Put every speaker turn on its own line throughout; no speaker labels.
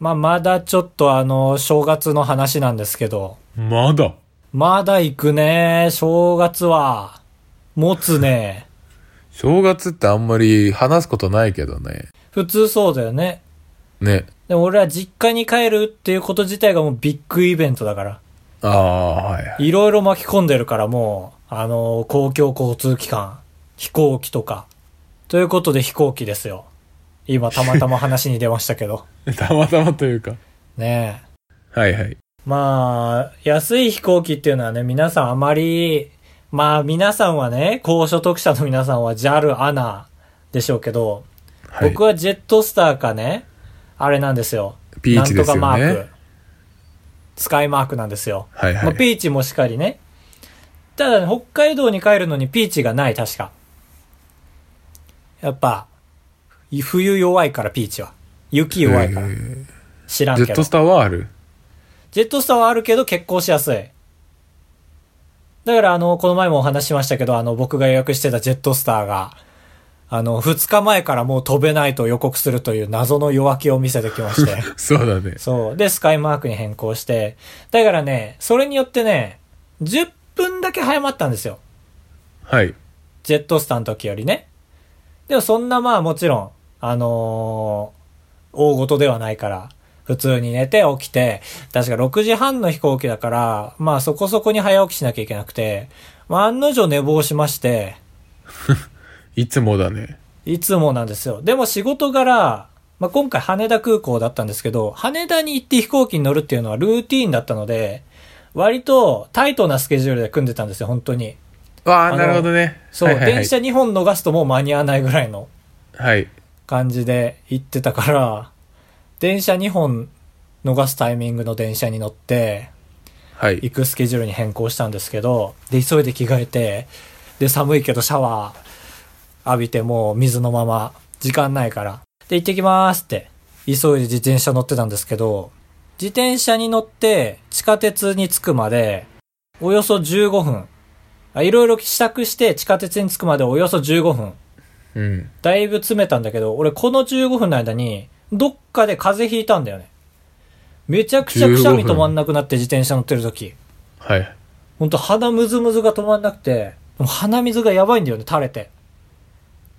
まあ、まだちょっとあの、正月の話なんですけど。
まだ。
まだ行くね。正月は。持つね。
正月ってあんまり話すことないけどね。
普通そうだよね。
ね。
でも俺は実家に帰るっていうこと自体がもうビッグイベントだから。
ああ、はい。
いろいろ巻き込んでるからもう、あの、公共交通機関、飛行機とか。ということで飛行機ですよ。今たまたま話に出ましたけど。
たまたまというか。
ねえ。
はいはい。
まあ、安い飛行機っていうのはね、皆さんあまり、まあ皆さんはね、高所得者の皆さんは JAL、ANA でしょうけど、
はい、
僕はジェットスターかね、あれなんですよ。
ピーチですよね
なんとかマーク。スカイマークなんですよ。
はいはい。
まあ、ピーチもしかりね。ただね、北海道に帰るのにピーチがない、確か。やっぱ、冬弱いからピーチは。雪弱いから。
えー
知らん
ジ
けど。
ェットスターはある
ジェットスターはあるけど結婚しやすい。だからあの、この前もお話ししましたけど、あの、僕が予約してたジェットスターが、あの、2日前からもう飛べないと予告するという謎の弱気を見せてきまして。
そうだね。
そう。で、スカイマークに変更して。だからね、それによってね、10分だけ早まったんですよ。
はい。
ジェットスターの時よりね。でもそんなまあもちろん、あのー大事ではないから、普通に寝て起きて、確か6時半の飛行機だから、まあそこそこに早起きしなきゃいけなくて、まあ案の定寝坊しまして、
いつもだね。
いつもなんですよ。でも仕事柄、まあ今回羽田空港だったんですけど、羽田に行って飛行機に乗るっていうのはルーティーンだったので、割とタイトなスケジュールで組んでたんですよ、本当に。
わ
あ
あ、
の
なるほどね。
そう、
はいはいはい
電車2本逃すともう間に合わないぐらいの。
はい。
感じで行ってたから、電車2本逃すタイミングの電車に乗って、
はい。
行くスケジュールに変更したんですけど、で、急いで着替えて、で、寒いけどシャワー浴びてもう水のまま、時間ないから。で、行ってきますって、急いで自転車乗ってたんですけど、自転車に乗って地下鉄に着くまで、およそ15分。あいろいろ支度して地下鉄に着くまでおよそ15分。
うん。
だいぶ詰めたんだけど、俺この15分の間に、どっかで風邪ひいたんだよね。めちゃくちゃくしゃみ止まんなくなって自転車乗ってる時。
はい。
ほんと鼻むずむずが止まんなくて、もう鼻水がやばいんだよね、垂れて。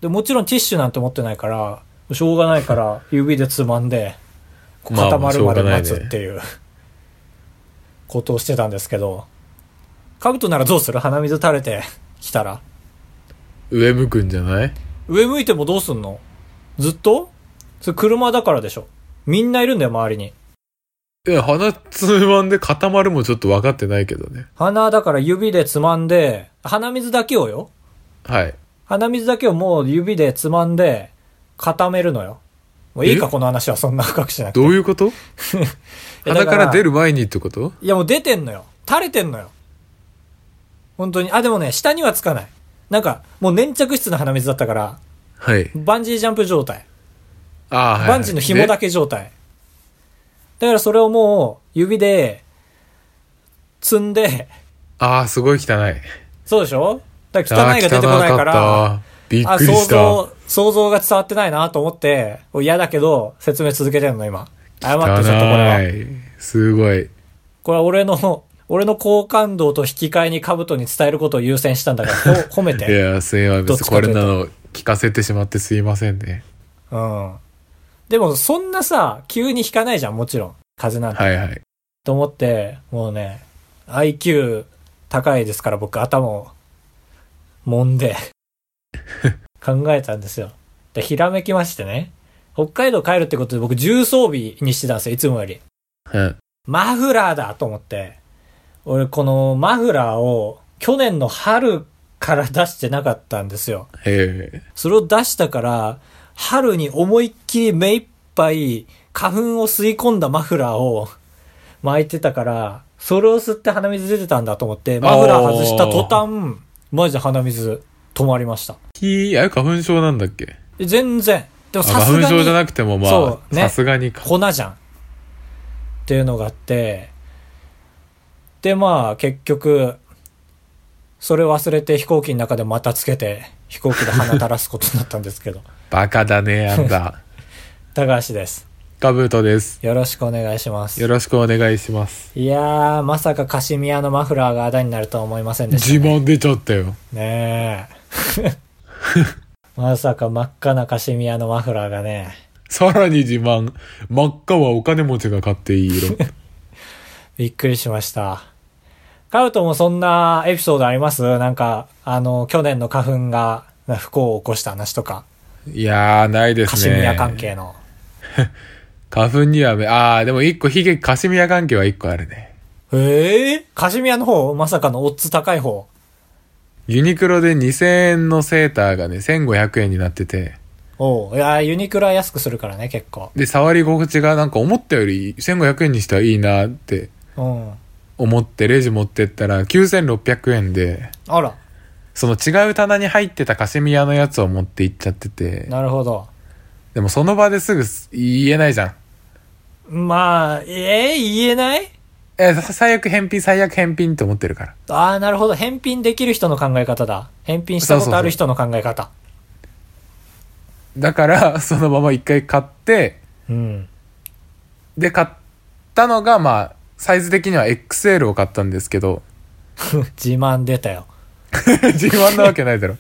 で、もちろんティッシュなんて持ってないから、もうしょうがないから、指でつまんで、こう
まあ
固まるまで
しょうがない
待
ね
つっていう、ことをしてたんですけど、カブトならどうする鼻水垂れてきたら。
上向くんじゃない
上向いてもどうすんのずっとそれ車だからでしょ。みんないるんだよ、周りに。
いや、鼻つまんで固まるもちょっと分かってないけどね。
鼻だから指でつまんで、鼻水だけをよ。
はい。
鼻水だけをもう指でつまんで、固めるのよ。もういいか、
え
この話はそんな深くしなくて。
どういうこと
やだ
鼻
から
から出る前にってこと
いや、もう出てんのよ。垂れてんのよ。本当に。あ、でもね、下にはつかない。なんか、もう粘着質の鼻水だったから、
はい。
バンジージャンプ状態。
ああ、はいはい。
バンジーの紐だ
け。
け状態。だからそれをもう指で積んで、
ああ、すごい汚い。
そうでしょだから汚いが出てこないか
あ
ら、
ー。汚かったびっ
あ、
くり
想
した。
像、想像が伝わってないなと思って、お嫌だけど説明続けてんの今。謝ってちょっとこれは。
汚い。すごい。
これは俺の、俺の好感度と引き換えに兜に伝えることを優先したんだから、 ほ褒め
い
て。
や、すいま
どっ
せん。
ちか
こと
いうと
れなの聞かせてしまってすいませんね。
うん。でもそんなさ、急に引かないじゃん、もちろん。風邪なんて。
はいはい。
と思って、もうね、IQ 高いですから僕頭を揉んで考えたんですよ。で、ひらめきましてね、北海道帰るってことで僕重装備にしてたんですよ、いつもより。
うん。
マフラーだと思って、俺このマフラーを去年の春から出してなかったんですよ。
へえ。
それを出したから、春に思いっきり目いっぱい花粉を吸い込んだマフラーを巻いてたから、それを吸って鼻水出てたんだと思って、マフラー外した途端、マジで鼻水止まりました。
ひあれ花粉症なんだっけ
で全然。でも
あ
さす
花粉
が
症じゃ
に
なくてもま
そ
あ
うね
さすがにか
粉じゃん。っていうのがあって、でまあ結局、それ忘れて飛行機の中でまたつけて、飛 行機で鼻垂らすことになったんですけど。
バカだねあんた
高橋です。
カブートです。
よろしくお願いします
よ。ろしくお願いします。
いやー、まさかカシミヤのマフラーがあだになるとは思いませんでした、
自
ね。
慢出ちゃったよ。
ねえ。 まさか真っ赤なカシミヤのマフラーがね、
さらに自慢。真っ赤はお金持ちが買ってい い色。
びっくりしました。カウトもそんなエピソードありますなんか、あの、去年の花粉が不幸を起こした話とか、
いやー、ないですね。
カシミヤ関。係の。
花粉にはめ、あー、でも一個悲劇、カシミヤ関係は一個あるね。
ええカシミヤの方まさかのオッズ高い方。
ユニクロで2000円のセーターがね、1500円になってて、
おういやーユニクロは安くするからね、結構。
で、触り心地がなんか思ったより1500円にしたらいいなって
うん。
思ってレジ持ってったら9600円で、
あら、
その違う棚に入ってたカシミヤのやつを持って行っちゃってて、
なるほど。
でもその場ですぐ言えないじゃん。
まあ、ええ言えない
え、さ最悪返品、最悪返品って思ってるから。
ああ、なるほど。返品できる人の考え方だ。返品したことある人の考え方。
だから、そのまま一回買って、
うん。
で、買ったのが、まあ、サイズ的には XL を買ったんですけど、
自慢出たよ。
自慢なわけな いだろ。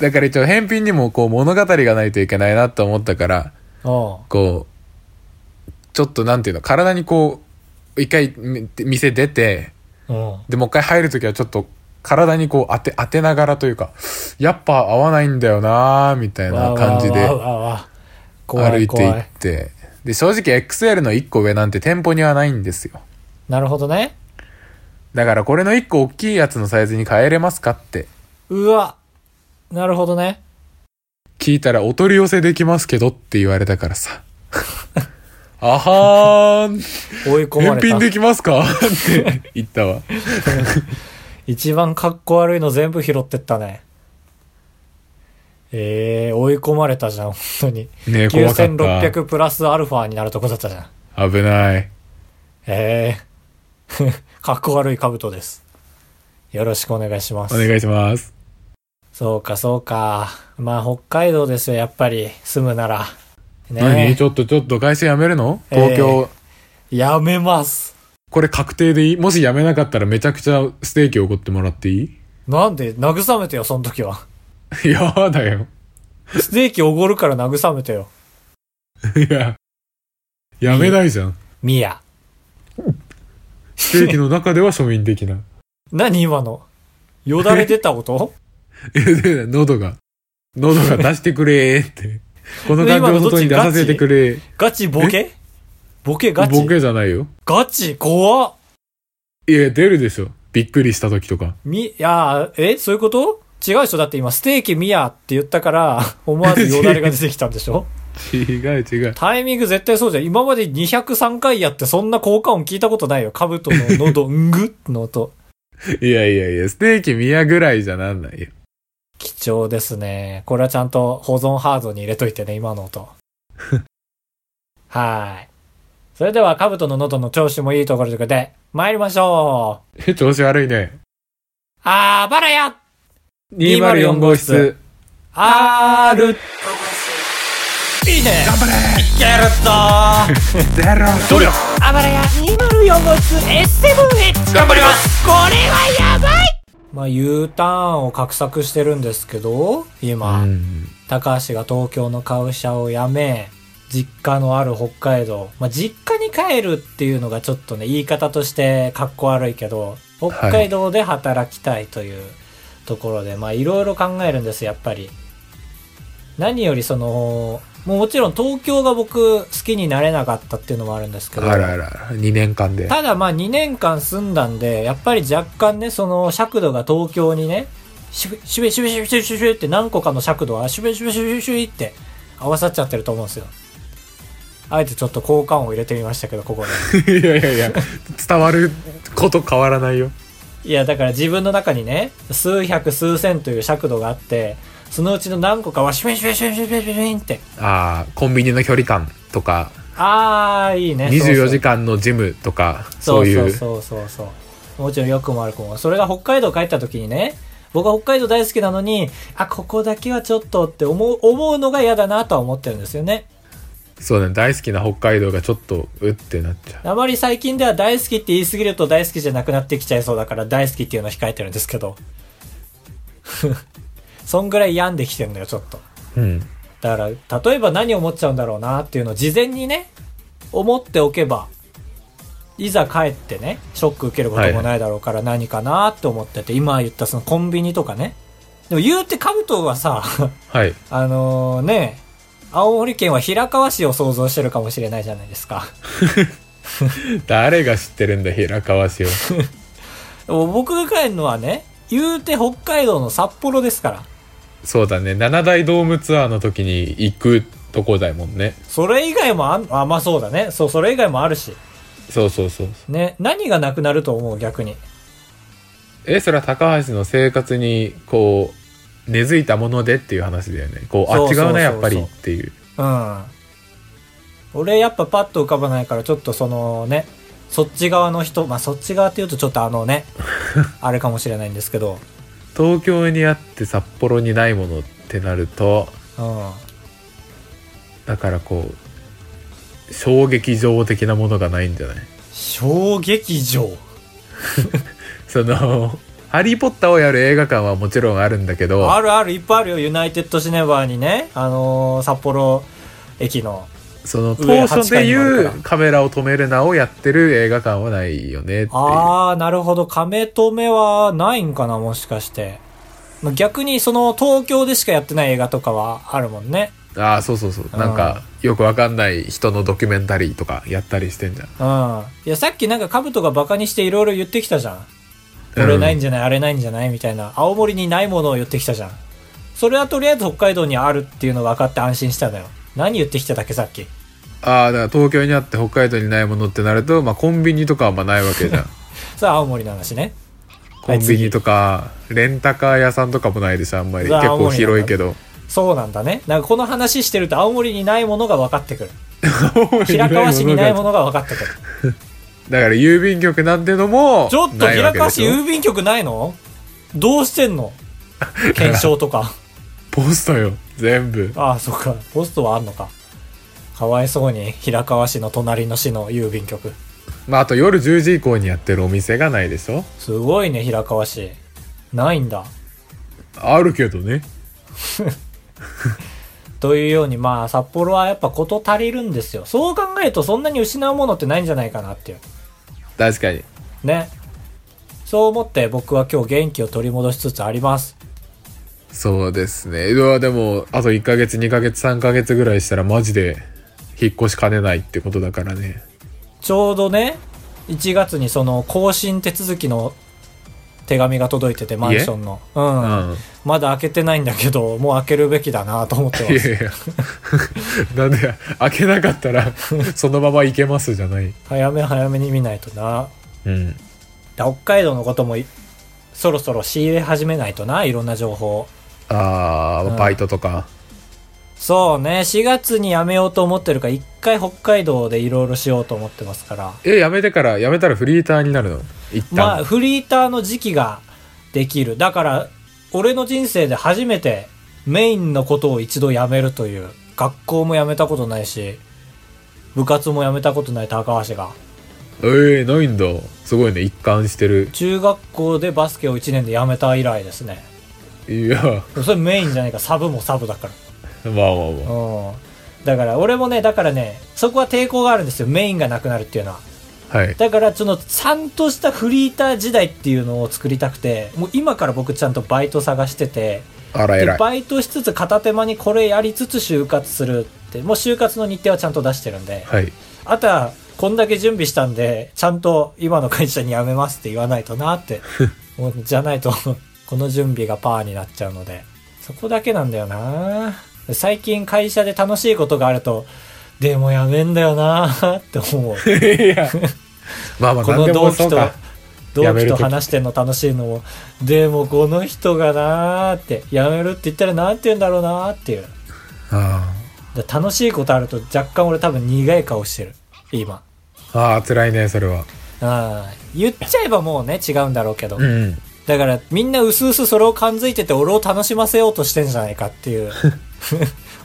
だから一応返品にもこう物語がないといけないなと思ったから、
おう
こう、ちょっとなんていうの、体にこう、一回み店出て、
うん。
で、もう一回入るときはちょっと体にこう当て、当てながらというか、やっぱ合わないんだよなーみたいな感じで
わわわわわ怖
歩
い
いて
怖い
いって、で、正直 XL の1個上なんて店舗にはないんですよ。
なるほどね。
だからこれの1個大きいやつのサイズに変えれますかって
うわ。なるほどね。
聞いたらお取り寄せできますけどって言われたからさ。あはー
追い
ん、
込ま
返
れ
品
た。
できますかって言ったわ。
一番格好悪いの全部拾ってったね。ええ追い込まれたじゃん、本当に。
ねえ、怖かった。
9600プラスアルファになるとこだったじゃん。
危ない。
ええ 格好悪い兜です。よろしくお願いします。
お願いします。
そうか、そうか。まあ、北海道ですよ、やっぱり。住むなら。
何
ね
ちょっとちょっと会社辞めるの東京、
え。やめます。
これ確定でいいもし辞めなかったらめちゃくちゃステーキおごってもらっていい
なんで、慰めてよ、その時は。
やだよ。
ステーキおごるから慰めてよ。
いや、辞めないじゃん。
ミヤ。
ステーキの中では庶民的な。
何今のよだれ出たこと
えで 喉が、喉が出してくれーって。この感情を外に出させてくれー。
ガチボケボケガチ
ボケじゃないよ。
ガチ怖っ
いや、出るでしょ。びっくりした時とか。
み、いやー、えそういうこと違うでしょだって今、ステーキミヤって言ったから、思わずよだれが出てきたんでしょ
違う違う。
タイミング絶対そうじゃん。今まで203回やってそんな効果音聞いたことないよ。カブトの喉、んぐっの音。
いやいやいや、ステーキ宮ぐらいじゃなんないよ。
貴重ですね。これはちゃんと保存ハードに入れといてね、今の音。はい。それでは、カブトの喉の調子もいいところということで、参りましょう。
え、 調子悪いね。
あばらや
204号室。
あるいいね頑張れいけるぞ
ゼロ。努力
あばらや204号室 S7H
頑張ります
これはやばいまあ U ターンを画策してるんですけど、今。
うん。
高橋が東京の会社を辞め、実家のある北海道。まあ、実家に帰るっていうのがちょっとね、言い方としてかっこ悪いけど、北海道で働きたいというところで、まあ、いろいろ考えるんです、やっぱり。何よりその、もうもちろん東京が僕好きになれなかったっていうのもあるんですけ
あ
ど、
らあらあら、2年間で。
ただまあ2年間住んだんで、やっぱり若干ね、その尺度が東京にね、シュベシュベシュベシュベシュベシュベって何個かの尺度はシュベシュベシュベシュベシュベって合わさっちゃってると思うんですよ。あえてちょっと効果音を入れてみましたけど、ここで。
いやいやいや、伝わること変わらないよ。
いや、だから自分の中にね、数百数千という尺度があって、そのうちの何個かはシュベシュベシュベシュベシュベシュベって。
ああ、コンビニの距離感とか、
あー、いいね。
24時間のジムとか、
そ
そううい
そう
う。
そうそうそうもちろん良くも悪くもそれが北海道帰った時にね僕は北海道大好きなのにあここだけはちょっとって思う思うのが嫌だなとは思ってるんですよね
そうだね、大好きな北海道がちょっと、うってなっちゃう。
あまり最近では大好きって言い過ぎると大好きじゃなくなってきちゃいそうだから大好きっていうのを控えてるんですけど。 そんぐらい病んできてるのよ、ちょっと。
うん。
だから、例えば何思っちゃうんだろうなっていうのを事前にね、思っておけば、いざ帰ってね、ショック受けることもないだろうから何かなって思ってて、今言ったそのコンビニとかね。でも言うてカブトはさ、
はい。
あのね、青森県は平川市を想像してるかもしれないじゃないですか。
誰が知ってるんだ、平川市を。
でも僕が帰るのはね、言うて北海道の札幌ですから。
そうだね、七大ドームツアーの時に行くとこだもんね。
それ以外もあん、あ、まあそうだね。そう、それ以外もあるし。
そうそうそう。
ね、何がなくなると思う逆に。
え、それは高橋の生活に、こう、根付いたものでっていう話だよね。こう、あ、
そうそうそうそう
違うな、やっぱりっていう。
うん。俺やっぱパッと浮かばないから、ちょっとそのね、そっち側の人、まあそっち側って言うとちょっとあのね、あれかもしれないんですけど、
東京にあって札幌にないものってなると、
うん。
だからこう、衝撃場的なものがないんじゃない
小劇場。
その、ハリーポッターをやる映画館はもちろんあるんだけど、
あるあるいっぱいあるよ。ユナイテッドシネバーにね、あのー札幌駅の。
その当
上
初で
8階にもある
い
から
うカメラを止めるなをやってる映画館はないよねっていう。
あー、なるほど。亀止めはないんかな、もしかして。まあ逆にその東京でしかやってない映画とかはあるもんね。
ああそうそうそうなんかよくわかんない人のドキュメンタリーとかやったりしてんじゃん
うん。いや、さっきなんかカブトがバカにしていろいろ言ってきたじゃん。これないんじゃない、あれないんじゃないみたいな。青森にないものを言ってきたじゃん。それはとりあえず北海道にあるっていうの分かって安心したのよ。何言ってきただっけさっき。
ああだから東京にあって北海道にないものってなると、まあ、コンビニとかはまあない わけじゃん
さあ、青森の話ね。
コンビニとかレンタカー屋さんとかもないでしょあんまり
うわ
結
ー
構広いけど
そうなんだね。なんかこの話してると青森にないものが分かってくる。 平
平
川市にないものが分かってくる。
だから郵便局なんてのも
ちょっと
ない
平
わけ
川
でし
市
ょ
郵便局ないのどうしてんの検証とか。
ポストよ全部
ああ、そっか。ポストはあんのか。かわいそうに、平川市の隣の市の郵便局。
まああと夜10時以降にやってるお店がないでしょ
すごいね、平川市。ないんだ。
あるけどね
というように、まあ、札幌はやっぱこと足りるんですよ。そう考えると、そんなに失うものってないんじゃないかなっていう。
確かに
ね。そう思って僕は今日元気を取り戻しつつあります。
そうですね。うわ、でも、あと1ヶ月、2ヶ月、3ヶ月ぐらいしたらマジで引っ越しかねないってことだからね。
ちょうどね、1月にその更新手続きの手紙が届いてて、マンションの。うん。
うん。
まだ開けてないんだけど、もう開けるべきだなと思って
い
ます。
や いや。なんで、開けなかったら、そのまま行けますじゃない。
早め早めに見ないとな。
うん。
だ北海道のこともいそろそろ仕入れ始めないとないろんな情報
あ
うん
ー、バイトとか。
そうね4月に辞めようと思ってるから一回北海道でいろいろしようと思ってますから
え、やめてから、やめたらフリーターになるの一旦。
まあフリーターの時期ができるだから俺の人生で初めてメインのことを一度辞めるという学校も辞めたことないし部活も辞めたことない高橋が
えー、ないんだ。すごいね、一貫してる。
中学校でバスケを1年で辞めた以来ですね
いや、ま
それメインじゃないからサブもサブだから
あまあまあ。
うん。だから、俺もね、だからね、そこは抵抗があるんですよ。メインがなくなるっていうのは。
はい。
だから、その、ちゃんとしたフリーター時代っていうのを作りたくて、もう今から僕ちゃんとバイト探してて、
あら、
で
偉い。
バイトしつつ片手間にこれやりつつ就活するって、もう就活の日程はちゃんと出してるんで、
はい。
あとは、こんだけ準備したんで、ちゃんと今の会社に辞めますって言わないとな って。もうじゃないと、この準備がパーになっちゃうので。そこだけなんだよな最近会社で楽しいことがあると、でも辞めんだよなって 思う。
いや。まあまあ、
こ
なん
の
でも
同期
そう
と
か。、
同
辞め
期
る
と
時
話してんの楽しいのも、でもこの人がなって、辞めるって言ったらなんて言うんだろうなっていう。
あー
で楽しいことあると若干俺多分苦い顔してる。今。
ああ、辛いね、それは。
ああ言っちゃえばもうね違うんだろうけど、
うん。
だからみんな薄々それを感づいて て俺を楽しませようとしてんじゃないかっていう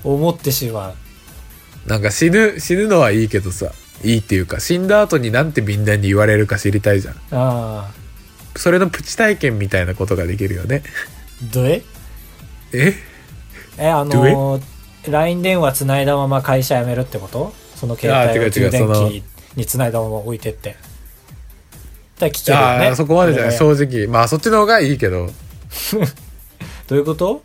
思ってしまう
なんか死ぬ、死ぬのはいいけどさ、いいっていうか、死んだ後になんてみんなに言われるか知りたいじゃん。
ああ。
それのプチ体験みたいなことができるよね。
どえ
え
え、あのー LINE 電話つないだまま会社辞めるってことその携帯
あ
を
ー違
充
う違う
電
その
器につないだまま置いてって。だから聞けるよ
あ
ね。
あ、そこまでじゃない、
俺
正直。まあ、そっちの方がいいけど、
どういうこと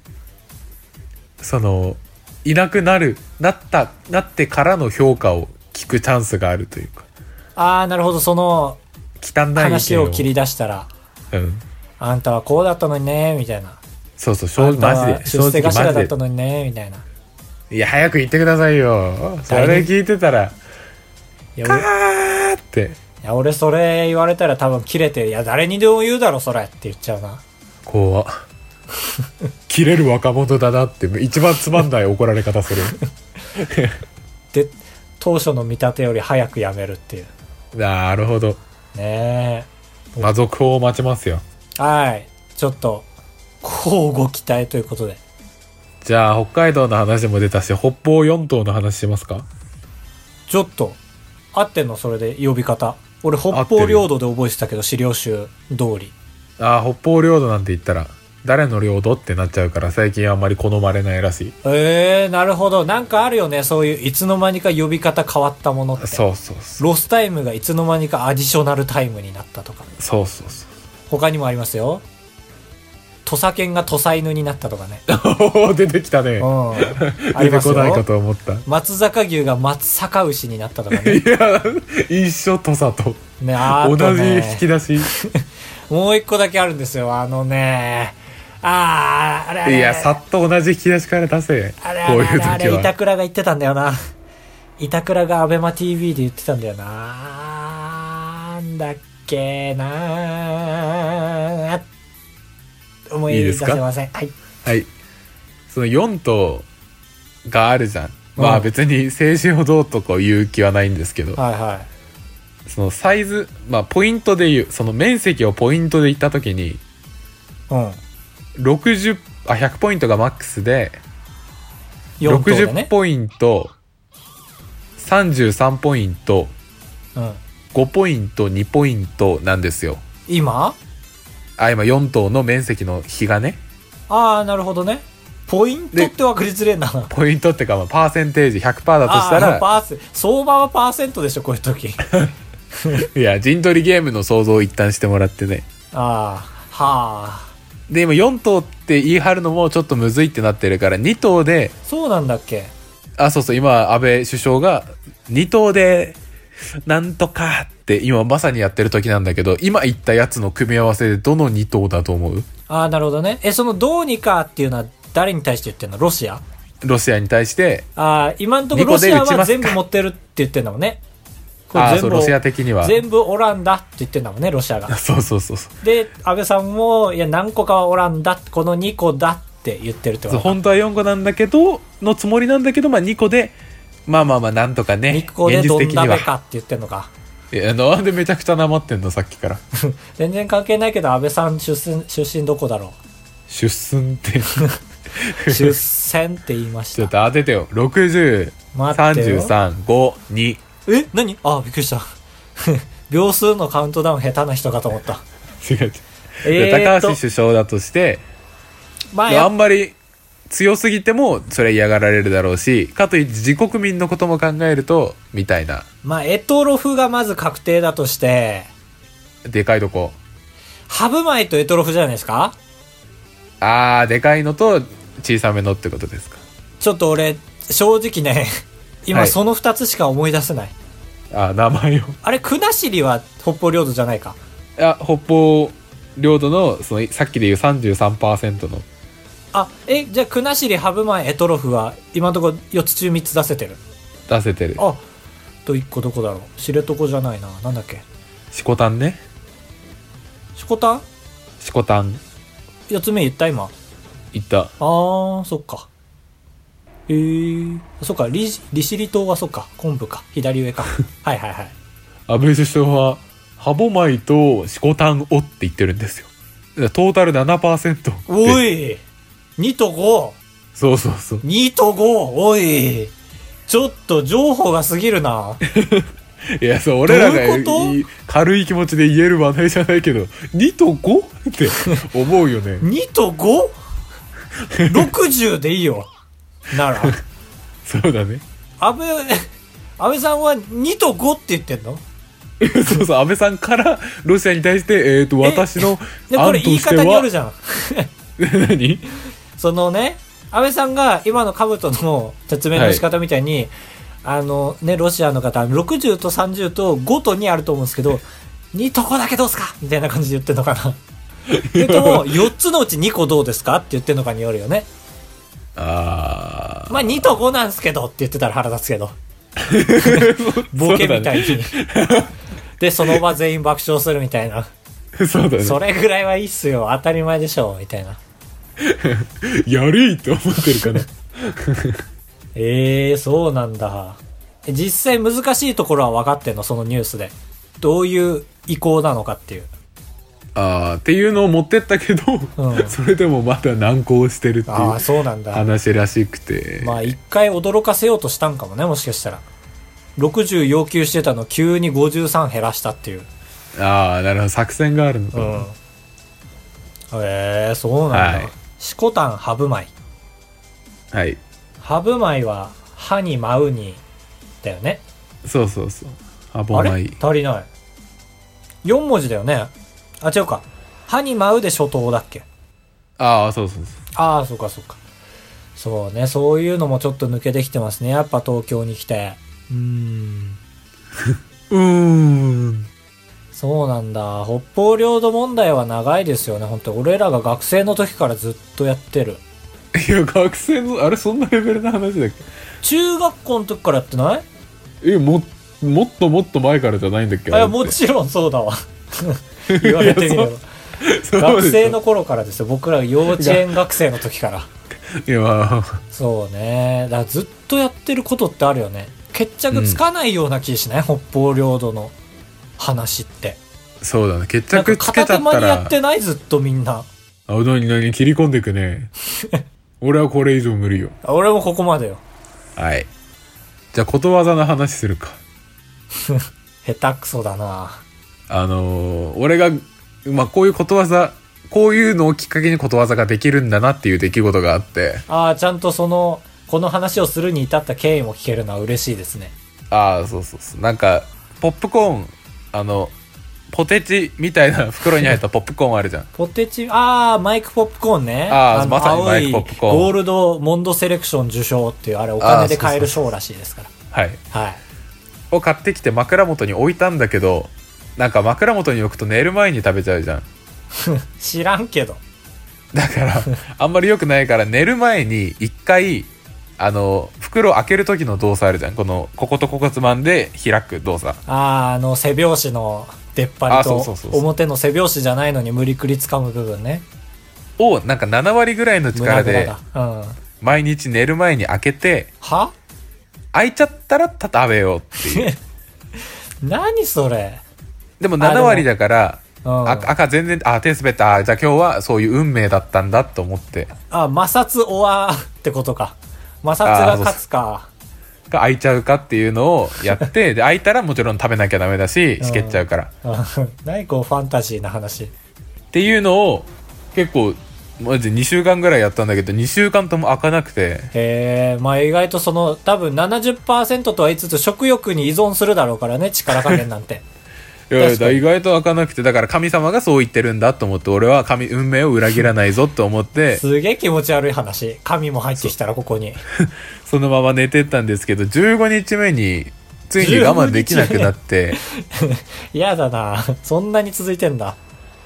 その、いなくなる、なった、なってからの評価を聞くチャンスがあるというか、
ああ、なるほど。その
汚い意見
話を切り出したら、
うん。
あんたはこうだったのにね、みたいな。
そうそう、
あ
正
んた
直、マ
は
ジで。
出世
正
頭
直、
だ
マ
っ
ジ
たのにね、みたいな。
で。いや、早く言ってくださいよ。それ聞いてたら、
いや俺
あーって、
いや俺それ言われたら多分切れて「いや誰にでも言うだろそれ」って言っちゃうな
怖っ切れる若者だなって、一番つまんない怒られ方する。
で当初の見立てより早くやめるっていう
なるほど。
ね
まあ、続報を待ちますよ。
えはいちょっと乞うご期待ということで
じゃあ、北海道の話も出たし、北方四島の話しますか
ちょっと合ってんのそれで呼び方俺北方領土で覚えてたけど資料集通り
ああ、北方領土なんて言ったら、誰の領土ってなっちゃうから、最近あんまり好まれないらしい。
ええー、なるほどなんかあるよねそういういつの間にか呼び方変わったものって
そうそうそう。
ロスタイムがいつの間にかアディショナルタイムになったとか
そうそうそう。
他にもありますよ土佐犬が土佐犬になったと かね
おー出てきたね
う。んあ
出
り
て
ます
こないか
よ
と思った。
松坂牛が松坂牛になったとか ね
いや、一緒土佐と。
ねあ
同
と
じ
ね
引き出し。
もう一個だけあるんですよあのねあーあれあ
い
れ
や、さっと同じ引き出しから出せ。
あれ
こ
あ
う
れ
いう時
あれあれ板
は。
倉が言ってたんだよな板倉がアベマ t v で言ってたんだよななんだっけな思い出せませんはい
はい。その4島があるじゃん。ま
う
あ
ん
別に青春をどうとか言う気はないんですけど、
はいはい
そのサイズ、まあポイントで言う、その面積をポイントで言った時に、
うん
60あ100ポイントがマックスで
4等で
60
ね、
ポイント33ポイント
うん、
5ポイント2ポイントなんですよ
今
あ今4等の面積の比がね
ああなるほどねポイントって分かりづれえなだ
ポイントってかまあパーセンテージ100%だとしたら
パーセ相場はパーセントでしょこういう時
いや陣取りゲームの想像を一旦してもらってね
ああはあ
で今4等って言い張るのもちょっとむずいってなってるから2等で
そうなんだっけ
あそうそう今安倍首相が2等でなんとかって今まさにやってる時なんだけど今言ったやつの組み合わせでどの2等だと思う
ああなるほどねえその「どうにか」っていうのは誰に対して言ってんのロシア
ロシアに対して
ああ今んとこ
ニ
ロ
コで
シア
打ちますか
は全部持ってるって言ってんだもんねこれ
あー
全
そう
部
ロシア的には
全部オランダって言ってんだもんねロシア が
そうそうそうそう
で安倍さんもいや何個かはオランダこの2個だって言ってるってこ
そう
と
本当は4個なんだけどのつもりなんだけど、まあ、2個でまあまあまあなんとかね
2個で
現
ど
実
ん
的
だ
に
べ
は
かって言ってんのか
いやなんでめちゃくちゃなまってんのさっきから
全然関係ないけど安倍さん出身出身どこだろ
出寸って
う出身って言いまし
ちょったと当ててよ60
待ってよ
3352
え何あびっくりした 秒数のカウントダウン下手な人かと思 った
違う違う
えー
高
っと
橋首相だとして、
まあ
あ
や
んまり強すぎてもそれ嫌がられるだろうしかといって自国民のことも考えるとみたいな
まあエトロフがまず確定だとして
でかいとこ
ハブマイとエトロフじゃないですか
あーでかいのと小さめのってことですか
ちょっと俺正直 ね今
はい
その2つしか思い出せない、
あー名前を
あれ国後は北方領土じゃないか
あ北方領土のそのさっきで言う33%の
あえじゃあ国後ハブマイエトロフは今のところ4つ中3つ出せてる
出せてる
あと1個どこだろう知床じゃないななんだっけ
シコタンね
しこたん
シコタン
4つ目言った今
行った
あーそっかえー、そっか利利尻島はそっか昆布か左 上かはいはいはい
安倍首相はハボマイとシコタンをって言ってるんですよだからトータル7%
お
い
い2と
そうそうそう
52と5おいちょっと情報が過ぎるな。
いや、そう、俺らが
どういうこと
いい軽い気持ちで言える話題じゃないけど、2と 5? って思うよね。
2と 5?60 でいいよ。な ら。
そうだね。
安倍、安倍さんは2と5って言ってんの
そうそう、安倍さんからロシアに対して、えっ、と、私の
で、こ
案と
れ言い
して
方による
は、
じゃん。
何
そのね、安倍さんが今の兜の説明の仕方みたいに、あのね、ロシアの方、60と30と5と2あると思うんですけど、2とこだけどうすかみたいな感じで言ってんのかな。 それとも、4つのうち2個どうですかって言ってんのかによるよね。
あ
まあ、2と5なんですけどって言ってたら腹立つけど。
ー。
ボケみたいに
そうだね。。
で、その場全員爆笑するみたいな。
そうだね
それぐらいはいいっすよ。当たり前でしょ。みたいな。
やれいって思ってるかな。
ええー、そうなんだ。え実際難しいところは分かってんのそのニュースで。どういう意向なのかっていう。
あーっていうのを持ってったけど、
うん
それでもまだ難航してるってい
ああ、
う
そうなんだ。
話らしくて、
まあ一回驚かせようとしたんかもね、もしかしたら。60要求してたの急に53減らしたっていう。
ああなるほど作戦があるのか
う
な、
ん。ええー、そうなんだ。
はい
シコタンハブマイ。
はい
ハブマイは歯に舞うにだよね。
そうそうそうハボ
あ
マ
れ
イ
足りない。4文字だよね。あ、違うか。歯に舞うで初頭だっけ。
ああそうそうそ
ああ、そうかそうか。そうね、そういうのもちょっと抜けてきてますね。やっぱ東京に来て。うーん。
ううーん
そうなんだ。北方領土問題は長いですよね。本当俺らが学生の時からずっとやってる。
いや学生のあれそんなレベルの話だっ
中学校の時からやってない
けえももっともっと前からじゃないんだっけ
あいや
れって
もちろんそうだ わ。言われてみれば。
そう
学
でし
生
ょ
の頃からですよ。僕ら幼稚園学生の時から。
いやまあ
そうね。だからずっとやってることってあるよね。決着つかないような気しない、北方領土の話って。
そうだね決
なんか
着つけ
片
ちゃ
手
っ
間
た
にやっ
ら
てないずっとみんな。
あなになに切り込んで くね俺はこれ以上無理よ
俺もここまでよ。
はいじゃあことわざの話するか
下手くそだな。
あのー俺が、まあ、こういうことわざ、こういうのをきっかけにことわざができるんだなっていう出来事があって、
ああ、ちゃんとその、この話をするに至った経緯も聞けるのは嬉しいですね。
ああ、そうそうそう。なんか、ポップコーン、あの、ポテチみたいな袋に入ったポップコーンあるじゃん。
ポテチ、ああ、マイクポップコーンね。
あー
の
まさ
青
に
い
マイクポップコーン
ゴールドモンドセレクション受賞っていう、あれお金で買える賞らしいですから。
はい。
はい。
を買ってきて枕元に置いたんだけど、なんか枕元に置くと寝る前に食べちゃうじゃん。
知らんけど。
だから、あんまり良くないから寝る前に一回、あの、袋を開ける時の動作あるじゃん。この、こことここつまんで開く動作。
あーあの背拍子の出っ張り
あそうそ
と
うそうそう
表の背拍子じゃないのに無理くり掴む部分ね
をなんか7割ぐらいの
胸
力
ぐら
で
だ、うん、
毎日寝る前に開けて
は
開いちゃったらた食べよう っていう
何それ、
でも
あで
7
も
割だから
うん、あ
あ赤全然あ手滑ったあじゃあ今日はそういう運命だったんだと思って
摩擦オアってことか摩擦が勝つか
が開いちゃうかっていうのをやっ てで開いたらもちろん食べなきゃダメだししけっちゃうから、
うん何こうファンタジーな話
っていうのを結構マジ2週間ぐらいやったんだけど2週間とも開かなくて
えー、まあ意外とその多分70%とは言いつつ食欲に依存するだろうからね力加減なん て
いやいや
確かに
意外と開かなくてだから神様がそう言ってるんだと思って俺は神運命を裏切らないぞと思って
すげえ気持ち悪い話神も入ってきたらここに
そのまま寝てったんですけど15日目についに我慢できなくなって
嫌だなそんなに続いてんだ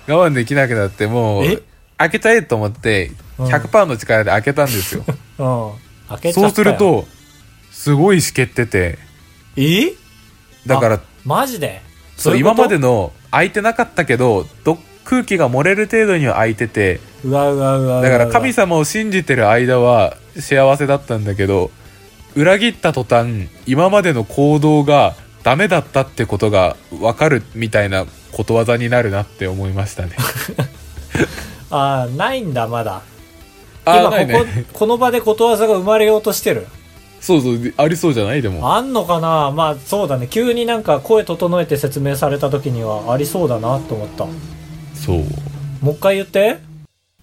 我慢できなくなっても
え
う開けたいと思って
うん
100%の力で開けたんです よ
うん開けちゃ
そ
った
う
よ
するとすごいしけってて
え
だか
あ
ら
マジで
そう
い
今
こと
までの開いてなかったけどど空気が漏れる程度には開いてて
うわうわうわうわ
だから神様を信じてる間は幸せだったんだけど裏切った途端今までの行動がダメだったってことが分かるみたいなことわざになるなって思いましたね。
ああないんだまだ
あー
今こ
ない
こ
ね。
この場でことわざが生まれようとしてる
そうそうでありそうじゃないでも
あんのかなまあそうだね急になんか声整えて説明された時にはありそうだなと思った
そう
もう一回言って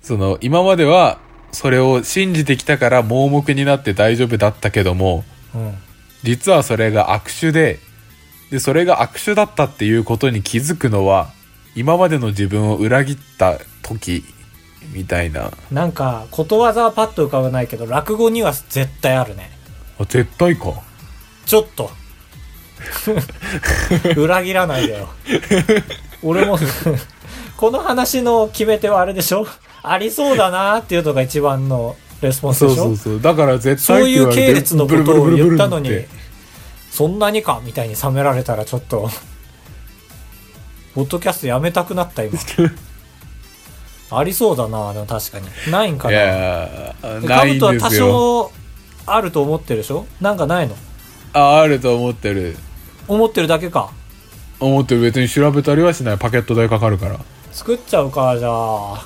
その今まではそれを信じてきたから盲目になって大丈夫だったけども
うん
実はそれが悪手ででそれが悪手だったっていうことに気づくのは今までの自分を裏切った時みたいな
なんかことわざはパッと浮かばないけど落語には絶対あるね
あ絶対か
ちょっと 裏切らないでよ俺もこの話の決め手はあれでしょありそうだなっていうのが一番のレスポンス
そ
で
う
し
そ
ょ
うそうだから絶
そ
対っ
う
て
い
言
う
われて
系列のことを
ブルブルブ
言
ルブル
ったのに
って
そんなにかみたいに冷められたらちょっとポッドキャストやめたくなった 今ありそうだなでも確かにない んか
い
な
やー
カ
な
ブ
いん
トは
で
多
すよ
少あると思ってるでしょなんかないの
ああると思ってる
思ってるだけか
思ってる別に調べたりはしないパケット代かかるから
作っちゃうかじゃあ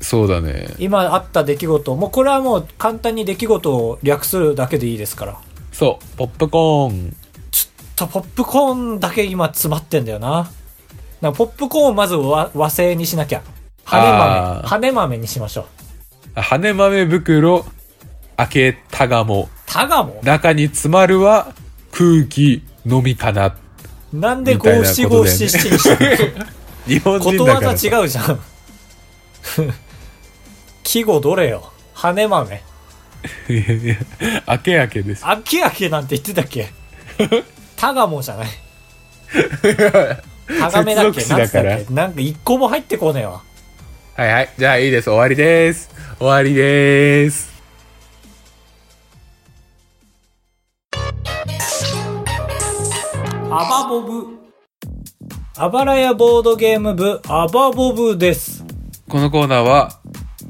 そうだね
今あった出来事もうこれはもう簡単に出来事を略するだけでいいですから
そうポップコーン
ちょっとポップコーンだけ今詰まってんだよななんかポップコーンをまず和和製にしなきゃ羽
あ
豆羽
ー
豆にしましょう
羽豆袋開けたがも
タガモ
中に詰まるは空気のみかな
なんで
みたいな
五
ことだ
七五
よね
七七にしたの
日本
こ
人
と
だ
わ
から
ざ違うじゃん季語どれよ羽豆
いやいや開け開けです
あけあけなんて言ってたっけタガモじゃ ないタガメだっけ
接
な
続詞
んつっ
だ
た
から
っけなんか一個も入ってこねえわ
はいはいじゃあいいです終わりです終わりです
アバボブあばらやボードゲーム部アバボブです
このコーナーは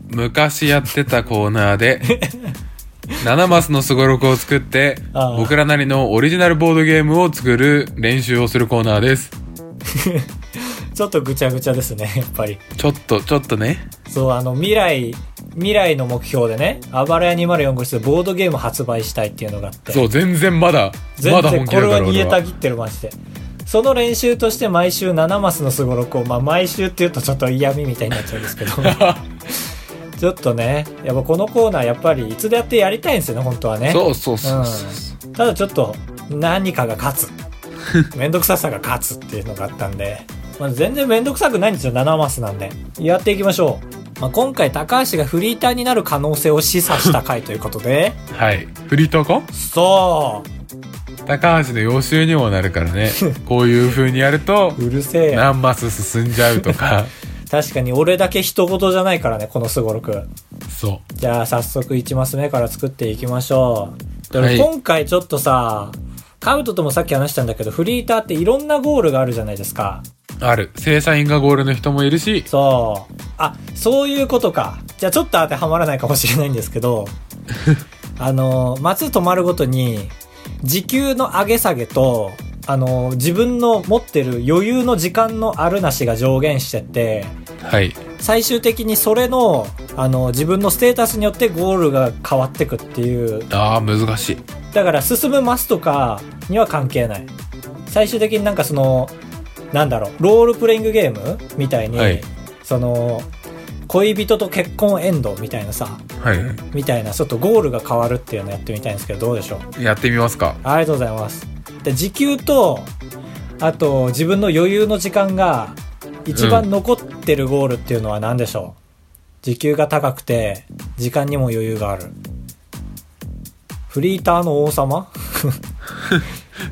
昔やってたコーナ ーで7マスのすごろくを作って
ああ
僕らなりのオリジナルボードゲームを作る練習をするコーナーです
ちょっとぐちゃぐちゃですねや っぱり
ちょっとちょっとね
そうあの未来未来の目標でねあばらや204号室でボードゲーム発売したいっていうのがあって
そう全然まだま
全
だ本
然
気
こ
だ
れ
か
は
ら
煮
俺
えた
は
ぎってるマジでその練習として毎週7マスのすごろくをまあ毎週っていうとちょっと嫌味みたいになっちゃうんです けどちょっとねやっぱこのコーナーやっぱりいつでやってやりたいんですよね本当はね
そうそうそうそう、
うん、ただちょっと何かが勝 つめんどくささが勝つっていうのがあったんで、まあ、全然めんどくさくないんですよ7マスなんでやっていきましょう、まあ、今回高橋がフリーターになる可能性を示唆した回ということ で
はいフリートーか
そ
高橋の予習にもなるから ねこういう風にやると
ううるせえよ
何マス進んじゃうと か
確かに俺だけ人事じゃないからねこのすごろく
そ
じゃあ早速1マス目から作っていきましょう。で俺
はい
今回ちょっとさ、カウトともさっき話したんだけど、フリーターっていろんなゴールがあるじゃないですか。
うある正社員がゴールの人もいるし
そう。あ、そういうことか。じゃあちょっと当てはまらないかもしれないんですけど、あの、松止まるごとに、時給の上げ下げと、あの、自分の持ってる余裕の時間のあるなしが上限してって、
はい
最終的にそれの、あの、自分のステータスによってゴールが変わってくっていう
ああ難しい
だから進むマスとかには関係ない最終的になんかそのなんだろうロールプレイングゲームみたいに、
はい
その恋人と結婚エンドみたいなさ
はい、
みたいなちょっとゴールが変わるっていうのやってみたいんですけどどうでしょう
やってみますか
ありがとうございますで時給とあと自分の余裕の時間が一番残ってるゴールっていうのは何でしょう、時給が高くて時間にも余裕があるフリーターの王様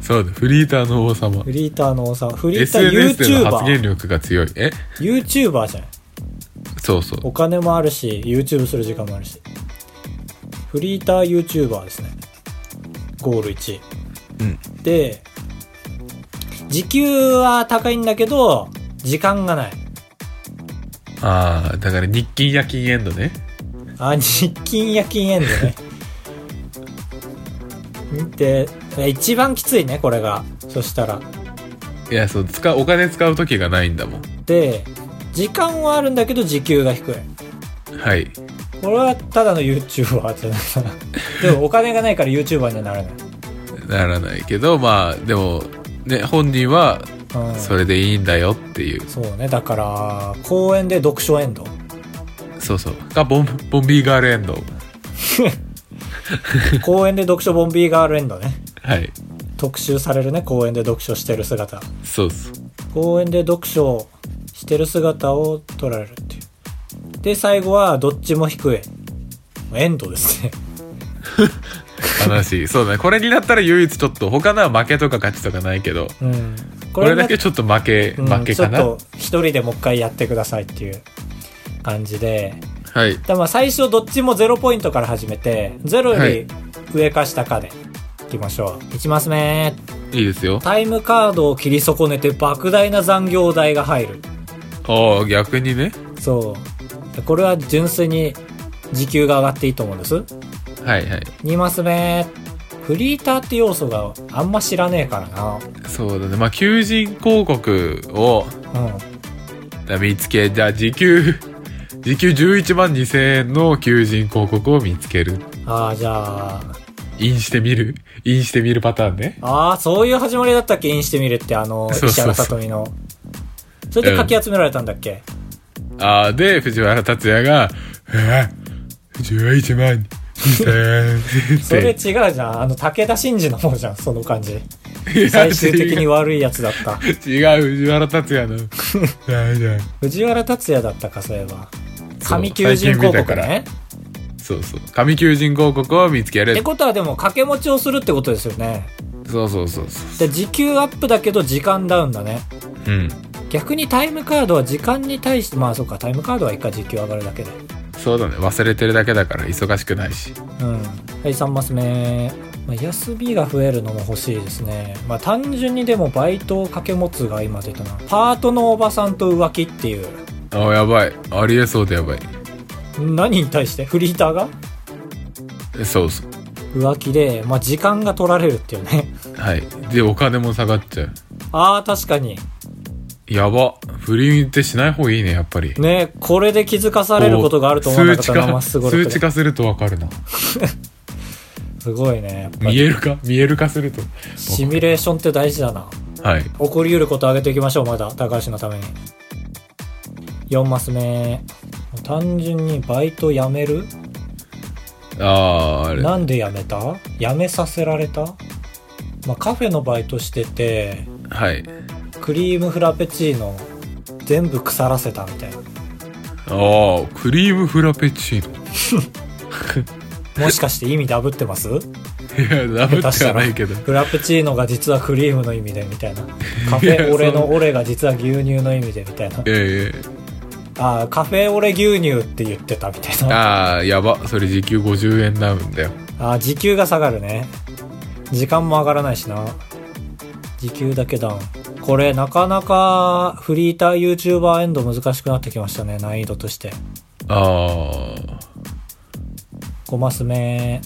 そうだフリーターの王様
フリーターの王様。フリーター
SNS での発
YouTuber。
言力が強いえ
YouTuber じゃん。
そうそう
お金もあるし、YouTube する時間もあるし。フリーター YouTuber ですね。ゴール1。
うん
で、時給は高いんだけど、時間がない。
ああだから日勤夜勤エンドね
あ、日勤夜勤エンドね。 で、一番きついね、これが。そしたら。
いやそう使うお金使う時がないんだもん
で、時間はあるんだけど時給が低い。
はい
俺はただの YouTuber じゃないでもお金がないから YouTuber にはならない、
ならないけどまあでもね本人は
うん、
それでいいんだよっていう、
そうねだから公園で読書エ ンド
そうそうがボンボンビーガールエンド
公園で読書ボンビーガールエンドね
はい
特集されるね公園で読書してる姿
そうそう
公園で読書してる姿を撮られるっていうで最後はどっちも低いエンドですね
悲しい そうだねこれになったら唯一ちょっと他のは負けとか勝ちとかないけど
うん
これだけちょっと負け、
うん
負けか
ち
な
ょっと一人でもう一回やってくださいっていう感じで
はい
だからまあ最初どっちも0ポイントから始めて0
は
よ
い
り上か下かでいきましょういきますね
いいですよ
タイムカードを切り損ねて莫大な残業代が入る
ああ逆にね
そうこれは純粋に時給が上がっていいと思うんです
はいはい
2マス目フリーターって要素があんま知らねえからな
そうだねまあ求人広告を
う
見つけじゃあ時給 時給11万2000円の求人広告を見つける
んああじゃあ
インしてみるインしてみるパターンね
ああそういう始まりだったっけインしてみるってあの
そうそうそう
石原さとみのそれでかき集められたんだっけ、
ああで藤原竜也が「え11万2000円」
それ違
っ
うじゃんあの武田真治の方じゃんその感じ
て
最終的に
違う
悪いやつだった
違う藤原竜也の「ダメだ
藤原竜也だったかそういえば
そう
神求人広
最近見た
告
から
ね
そうそう神求人広告を見つけ
って
る
ことはでも掛け持ちをするってことですよね
そうそうそうそ
で時給アップだけど時間ダウンだね
ううん
逆にタイムカードは時間に対してまあそうかタイムカードは一回時給上がるだけで
そうだね忘れてるだけだから忙しくないし
うんはい3マス目、まあ、休みが増えるのも欲しいですねまあ単純にでもバイトを掛け持つが今出たなパートのおばさんと浮気っていう
あやばいありえそうでやばい
何に対してフリーターが
そうそう
浮気で、まあ、時間が取られるっていうね
はいでお金も下がっちゃう
あー確かに
やば不倫ってしない方がいいねやっぱり
ねこれで気づかされることがあると思わなかったなまっす
数値
ぐ
化
俺
数
と
値化するとわかるな
すごいねやっぱ
見
り
えるか見える化すると
シミュレーションって大事だな
はい
起こり得ることを挙げていきましょうまだ高橋のために4マス目単純にバイト辞める
あーあれ
なんで辞めた辞めさせられた、まあ、カフェのバイトしてて
はい
クリームフラペチーノ全部腐らせたみたいな
ああクリームフラペチーノ
もしかして意味ダブってます
いやダブってはないけど
フラペチーノが実はクリームの意味でみたい なカフェオレのオレが実は牛乳の意味でみたいな
え
あーカフェオレ牛乳って言ってたみた
え
いな
ああやばそれ時給50円ダウンだよ
あー時給が下がるね時間も上がらないしな時給だけダウンこれなかなかフリーター YouTuber エンド難しくなってきましたね難易度として
ああ
5マス目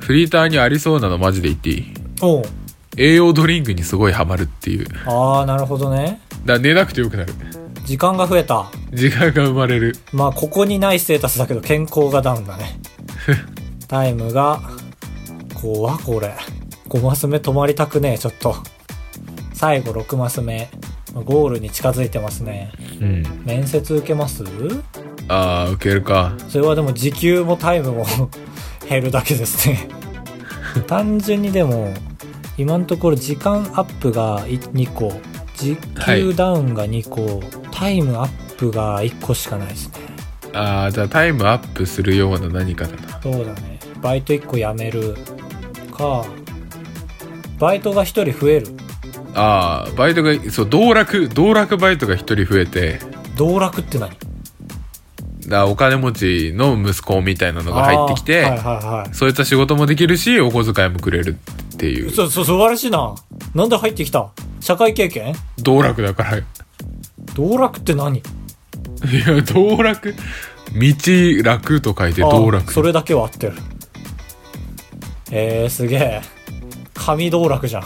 フリーターにありそうなのマジで言っていい
おう
栄養ドリンクにすごいハマるっていうだか
ああなるほどね
ら寝なくてよくなる
時間が増えた
時間が生まれる
まあここにないステータスだけど健康がダウンだねタイムが怖これ5マス目止まりたくねえちょっと最後6マス目ゴールに近づいてますね
うん
面接受けます
ああ受けるか
それはでも時給もタイムも 減るだけですね単純にでも今のところ時間アップが2個時給ダウンが2個、タイムアップが1個しかないですね
ああじゃあタイムアップするような何かだな
そうだねバイト1個辞めるかバイトが1人増える
ああバイトがそう道楽道楽バイトが一人増えて
道楽って何
だお金持ちの息子みたいなのが入ってきて、
あーはいはいはい
そういった仕事もできるしお小遣いもくれるっていう
そそ素晴らしいななんで入ってきた社会経験
道楽だから い
道楽って何
や道楽道楽と書いて
あ
道楽
それだけは合ってるえー、すげえ神道楽じゃん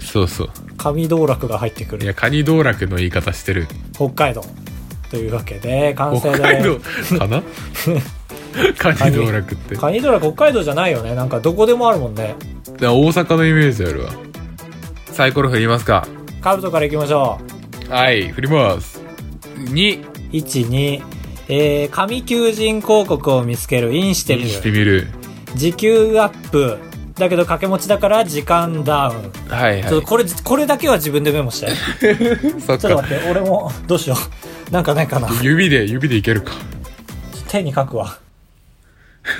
そうそう
神道楽が入ってく
い
る
やカニ道楽の言い方してる
北海道というわけで完成
北
で
海道 かなカニ道楽って
カニドラ北海道じゃないよねなんかどこでもあるもんね
だから大阪のイメージあるわサイコロ振りますか
カブトからいきましょ
はい振ります2
う12えー、紙求人広告を見つけるインしてみ
して
る
みる
時給アップだけど掛け持ちだから時間ダウン、
はいは
ちょっとこれこれだけは自分でメモ して
いそっ
ちょっと
か
待って俺もどうしようなんかないかな
指で指でいけるか
手に書くわ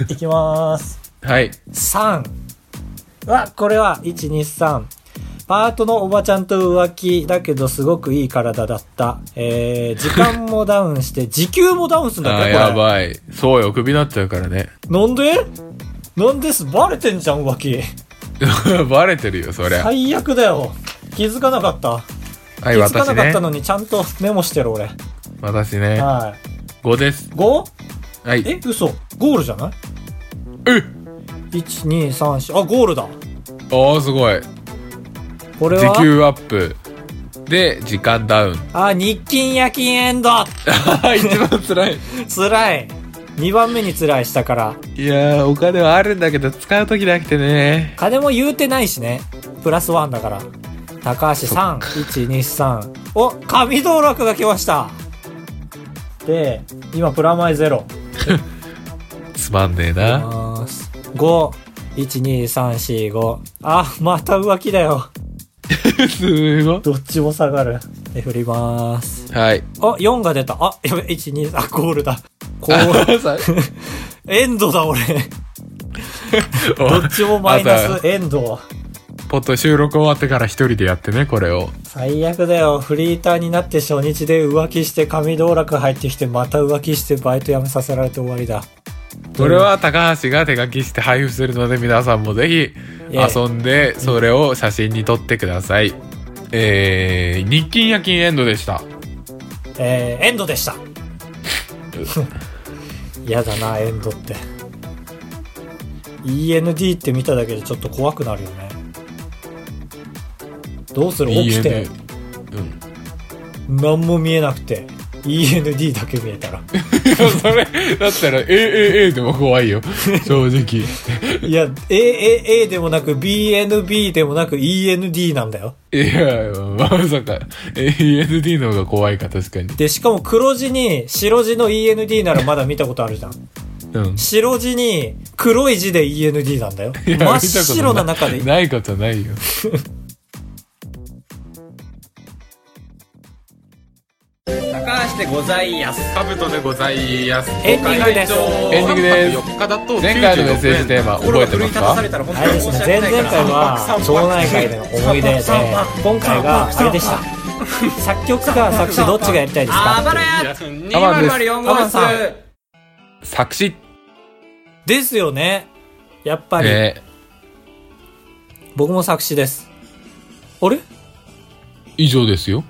いきまーす
はい
3はこれは123パートのおばちゃんと浮気だけどすごくいい体だったえー、時間もダウンして時給もダウンするんだ
あー
ね
や
こ
ばいそうよクビになっちゃうからね
れなんでなんですバレてんじゃん浮気
バレてるよそりゃ
最悪だよ気づかなかった、
はい
気づか
私
なか
ね
ったのにちゃんとメモしてる俺
私ね
は
5です
い 5?
はい
え嘘ゴールじゃない
え
1234あゴールだ
おおすごい
これは
時給アップで時間ダ ウン
あ日勤夜勤エンド
一番辛い
辛い2番目に辛いしたから
いやーお金はあるんだけど使う時なくてね
金も言うてないしねプラスワンだから高橋さん123お神道楽が来ましたで今プラマイゼロ
つまんねえな
512345あまた浮気だよ
すごい
どっちも下がるで振ります
はい
あ4が出たあやべ12あゴールだこう
お
エンドだ 俺どっちもマイナ
あ
スエンド
とポッと収録終わってから一人でやってねこれを
最悪だよ。フリーターになって初日で浮気して上道楽入ってきてまた浮気してバイト辞めさせられて終わりだ。
これは高橋が手書きして配布するので皆さんもぜひ
ええ
遊んでそれを写真に撮ってくださいえー、日勤夜勤エンドでした
えー、エンドでした。嫌だな、エンドって。END って見ただけでちょっと怖くなるよね。どうする起きて
END、うん、
何も見えなくて、END だけ見えた ら。
それだったら AAA でも怖いよ正直
いや、AAA でもなく BNB でもなく END なんだよ。
いや、まさか、AND の方が怖いか、確かに。
で、しかも黒字に白字の END ならまだ見たことあるじゃん。
うん。
白字に黒い字で END なんだよ。
いや
真っ白な中で
見たことないことない よ。
高橋でございやす。
カブトでございます
エンディングです
エンディングです
4日だと
前回のメッセージテーマ覚えてますか
あれですね、前々回は町内会での思い出で、今回があれでした。作曲か作詞どっちがやりたいですか
ばらや
200
204
号室
号室
作詞
ですよね。やっぱり、
え
僕も作詞です。あれ
ー以上ですよ。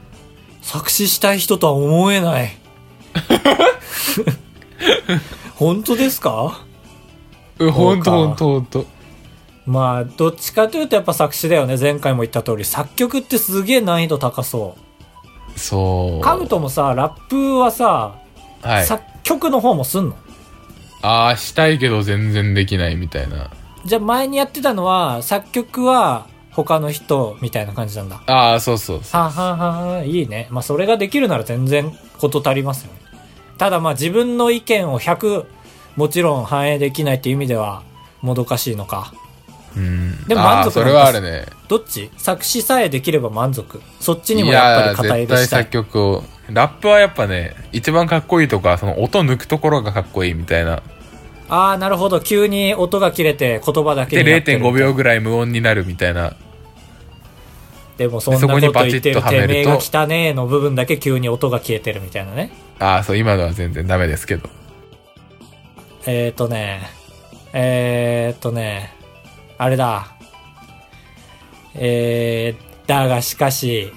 作詞したい人とは思え ない。本当ですか
えほんとほ
そうん
とほんと。
まあ、どっちかというとやっぱ作詞だよね。前回も言った通り。作曲ってすげえ難易度高そ。
そうう。
カブトもさ、ラップはさ、
はい。
作曲の方もすんの
ああ、したいけど全然できないみたいな。
じゃあ前にやってたのは、作曲は他の人みたいな感じなんだ。
ああ、そうそうそ
はあ、はあはあ、いいね。まあそれができるなら全然こと足りますよね。ただまあ自分の意見を100、もちろん反映できないっていう意味では、もどかしいのか。
う。うん。
でも満足
あーそれはあるね。
どっち作詞さえできれば満足。そっちに
い
もやっぱ
やー
り肩入
絶
れ
対
したい
作。曲を。ラップはやっぱね、一番かっこいいとか、その音抜くところがかっこいいみたいな。
ああ、なるほど。急に音が切れて言葉だけ
で
になってる
0.5。秒ぐらい無音になるみたいな
でもそんな
そ
こ
ことにパ
言
チ
っ
ッ
て
と
る
はめ
て
ると
めえが汚ねえの部分だけ急に音が消えてるみたいなね。
ああそう今のは全然ダメですけど
えーとね、えーとね、あれだ。えー、だがしかし、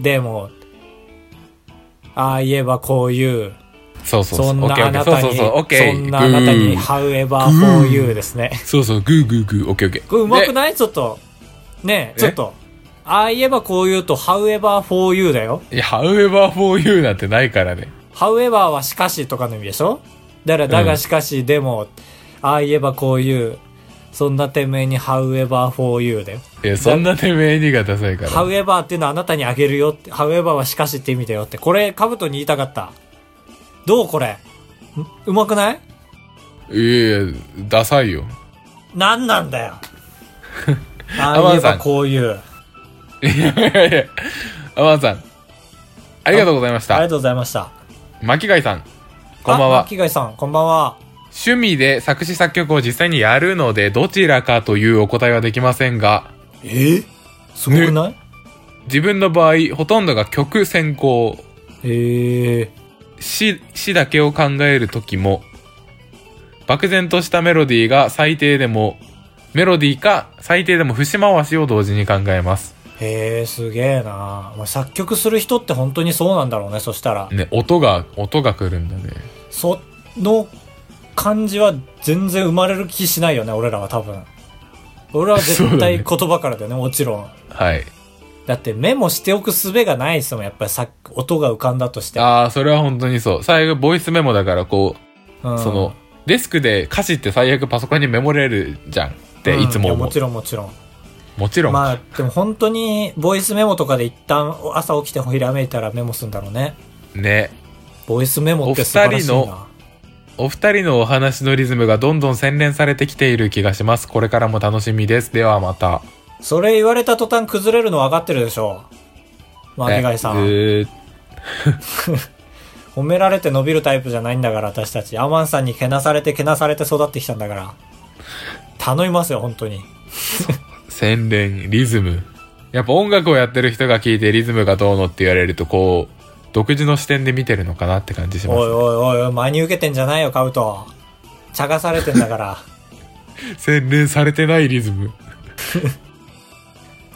でも、ああ言えばこういう、
そうそうそ
そ
うんオッケ
なあ
ーオッ
な
ケーそう
た
そう
に、
そうオッケー
そんなあなたに、
グー
however for you ですね。
そうそうグーグーグーオッケーオッケー
これうまく
で
ないちょっと。ねえ、ちょっと。ああ言えばこう言うと、however for you だよ。
いや、however for you なんてないからね。
however はしかしとかの意味でしょだから、だがしかし、でも、ああ言えばこういう、そんなてめえに however for you だよ。
いや、そんなてめえにがダサいから。
however っていうのはあなたにあげるよって、however はしかしって意味だよって。これ、カブトに言いたかった。どうこれんうまくない
いやいや、ダサいよ。
なんなん だよ。ああ言えばこういう。
いやいやいや。アマンさん、ありがとうございまし
あり
た
が。とうございました。
巻貝さん、こんばん
あ
は。
巻貝さん、こんばんは。
趣味で作詞作曲を実際にやるので、どちらかというお答えはできませんが、
えすごくない、
自分の場合、ほとんどが曲先行、
ええ
詩、詩だけを考える時も、漠然としたメロディーが最低でも、メロディーか最低でも節回しを同時に考えます。
へえ、すげえな。まあ作曲する人って本当にそうなんだろうね、そしたら。
ね、音が、音が来るんだね。
その感じは全然生まれる気しないよね、俺らは多分。俺らは
そう
絶
だ
対
ね
言葉からだよね、もちろん。
はい。
だってメモしておく術がないですもん、やっぱりさ音が浮かんだとして。
ああ、それは本当にそう。最後、ボイスメモだから、こ
う
う、
ん
その、デスクで歌詞って最悪パソコンにメモれるじゃんって、
うん
いつも
や
思う。
もちろんもちろん。
もちろん。
まあ、でも本当に、ボイスメモとかで一旦朝起きてひらめいたらメモするんだろうね。
ね。
ボイスメモって素晴らしいな。
お二人のお二人のお話のリズムがどんどん洗練されてきている気がします。これからも楽しみです。ではまた。
それ言われた途端崩れるの分かってるでしょ。巻貝さ
え
ん。
ー
褒められて伸びるタイプじゃないんだから、私たち。アマンさんにけなされてけなされて育ってきたんだから。頼みますよ、本当に。
洗練、リズム。やっぱ音楽をやってる人が聞いてリズムがどうのって言われると、こう、独自の視点で見てるのかなって感じしま
おい
す。
おいおい、真に受けてんじゃないよ、カブト。茶がされてんだから。
洗練されてないリズム。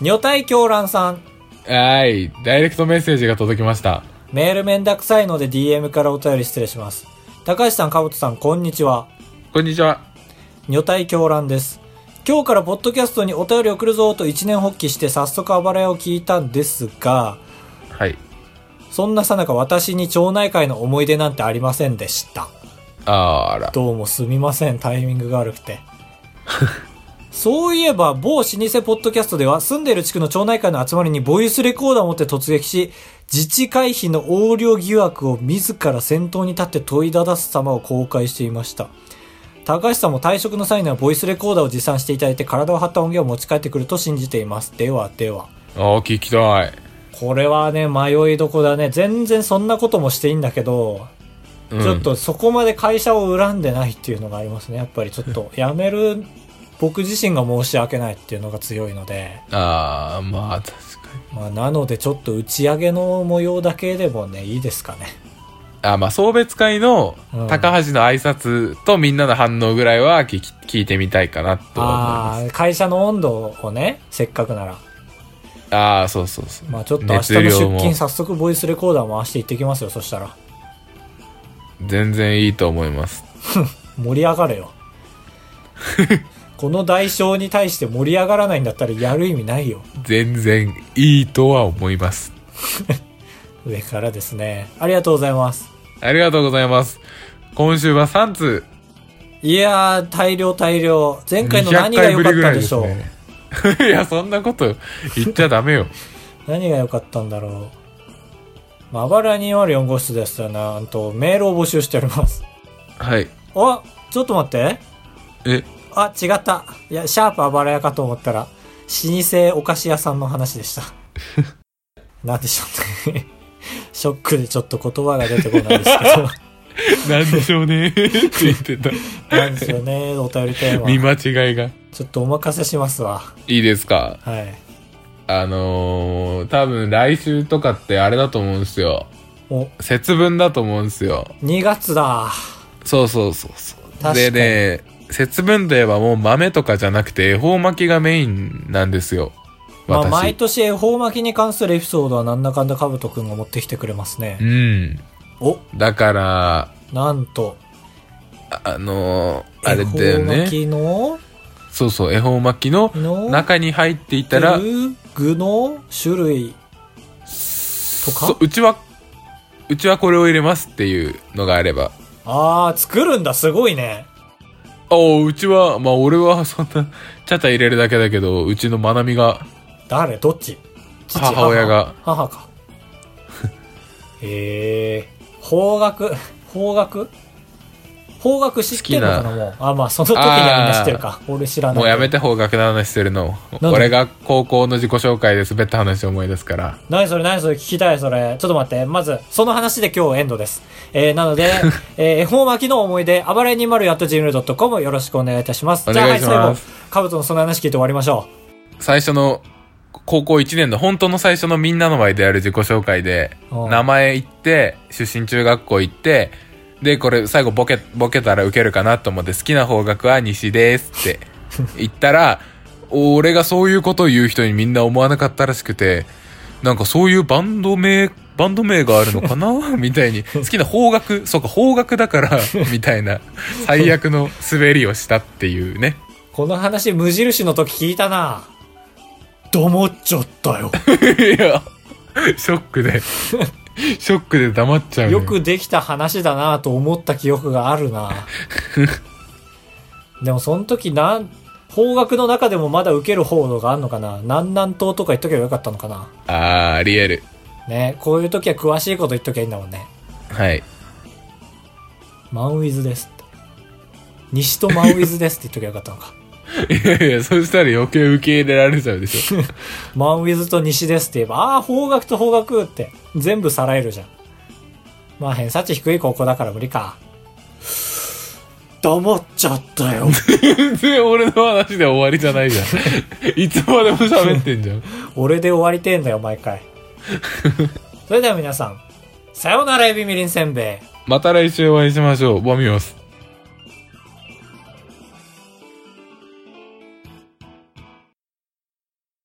女体狂乱さん。
はい。ダイレクトメッセージが届きました。
メールめんどくさいので DM からお便り失礼します。高橋さん、カブトさん、こんにちは。
こんにちは。
女体狂乱です。今日からポッドキャストにお便り送るぞと一年発起して早速暴れ屋を聞いたんですが、
はい。
そんなさなか私に町内会の思い出なんてありませんでした。
あら。
どうもすみません、タイミングが悪くて。そういえば、某老舗ポッドキャストでは、住んでいる地区の町内会の集まりにボイスレコーダーを持って突撃し、自治会費の横領疑惑を自ら先頭に立って問いただす様を公開していました。高橋さんも退職の際にはボイスレコーダーを持参していただいて、体を張った音源を持ち帰ってくると信じています。ではでは。
ああ、聞きたい。
これはね、迷いどこだね。全然そんなこともしていいんだけど、
うん
ちょっ。とそこまで会社を恨んでないっていうのがありますね。やっぱりちょっ と辞める僕自身が申し訳ないっていうのが強いので、
ああ、まあ、確かに。
まあ、なのでちょっと打ち上げの模様だけでもね、いいですかね。
あまあ送別会の
うん
高橋の挨拶とみんなの反応ぐらいは聞き聞いてみたいかなと思いま
ああ、会社の温度をね、せっかくなら。
すああそうそうそう、
まあちょっと明日の出
熱量も
勤早速ボイスレコーダー回して行ってきますよ、そしたら。
全然いいと思います
盛り上がれ よ。この代償に対して盛り上がらないんだったらやる意味ないよ。
全然いいとは思います
上からですね。ありがとうございます。
ありがとうございます今週は3通
いやー、大量大量。前回の何
200
が
回
良
ぶ
かっ
りぐ
た
らい
ん
で
でし
す
ょう、
ね いやそんなこと言っちゃダメよ
何が良かったんだろう。まばら204号室ですよな。あと、メールを募集しております。
はい
あ、ちょっと待って。
え
あ、違った。いや、シャープあばらやかと思ったら、老舗お菓子屋さんの話で した。なんでしょうね。 ショックでちょっと言葉が出てこないですけど。
なんでしょ うねって言ってた
なんですよね、お便りテー
見
マ。
間違いが
ちょっとお任せしますわ。
いいですか
はい。
あのー、多分来週とかってあれだと思うんですよ
お、
節分だと思うんですよ
2月だ。
そうそうそうそう
確か
で
に
ね節分といえばもう豆とかじゃなくて恵方巻きがメインなんですよ
まあ、
私、
毎年恵方巻きに関するエピソードはなんだかんだかぶとくんが持ってきてくれます
う
ね。
ん
お、
だからあ
なんと、
あのー、あ
恵
れ
方
だよ
巻
ね
きの、
そうそう恵方巻きの
の、
中に入っていたら
てる具の種類と
そ
か
ううちはうちはこれを入れますっていうのがあれば
ああ、作るんだ、すごいね。
ああうちはまあ俺はそんなちゃちゃ入れるだけだけどうちのまなみが
誰どっち父
母親が
母母 か。へえ方角、方角方角知ってるのかな
好きな
もう。あ、まあ、その時にはみんな知ってるか。俺知らない。
もうやめて方角の話するの
で
俺が高校の自己紹介で滑った話を思い出すから
何それ何それ聞きたいそれ。ちょっと待って。まず、その話で今日エンドです。えー、なの で、えー、絵本巻きの思い出、暴れ 20.gmail.com よろしくお願いいたします。
お
じゃあ、は
願
いい、
し
最
ま
後
す、
カブトのその話聞いて終わりましょ
最初の高校1年の本当の最初のみんなの前でやる自己紹介で
うん
名前言って出身中学校行ってでこれ最後ボケボケたらウケるかなと思って好きな方角は西ですって言ったら俺がそういうことを言う人にみんな思わなかったらしくてなんかそういうバンド名バンド名があるのかなみたいに好きな方角そうか方角だからみたいな最悪の滑りをしたっていうね
う。この話、無印の時聞いたな。どもっちゃった よ。
いや、ショックで、ショックで黙っちゃう、ね。
よくできた話だなと思った記憶がある なでもその時なん方角の中でもまだ受ける方があるのかな南南東とか言っとけばよかったのかな
あー、ありえる。
ねこういう時は詳しいこと言っときゃいいんだもんね
はい。
マンウィズですって西とマンウィズですって言っときゃよかったの か
いやいや、そしたら余計受け入れられちゃうでし ょ。
マンウィズと西ですって言えばああー方角と方角って全部さらえるじゃんまあ偏差値低い高校だから無理か黙っちゃったよ
全然俺の話で終わりじゃないじゃん。いつまでも喋ってんじゃん。
俺で終わりてえんだよ、毎 回。それでは皆さん、さようならエビみりんせんべい。
また来週お会いしましょう。ボミオス。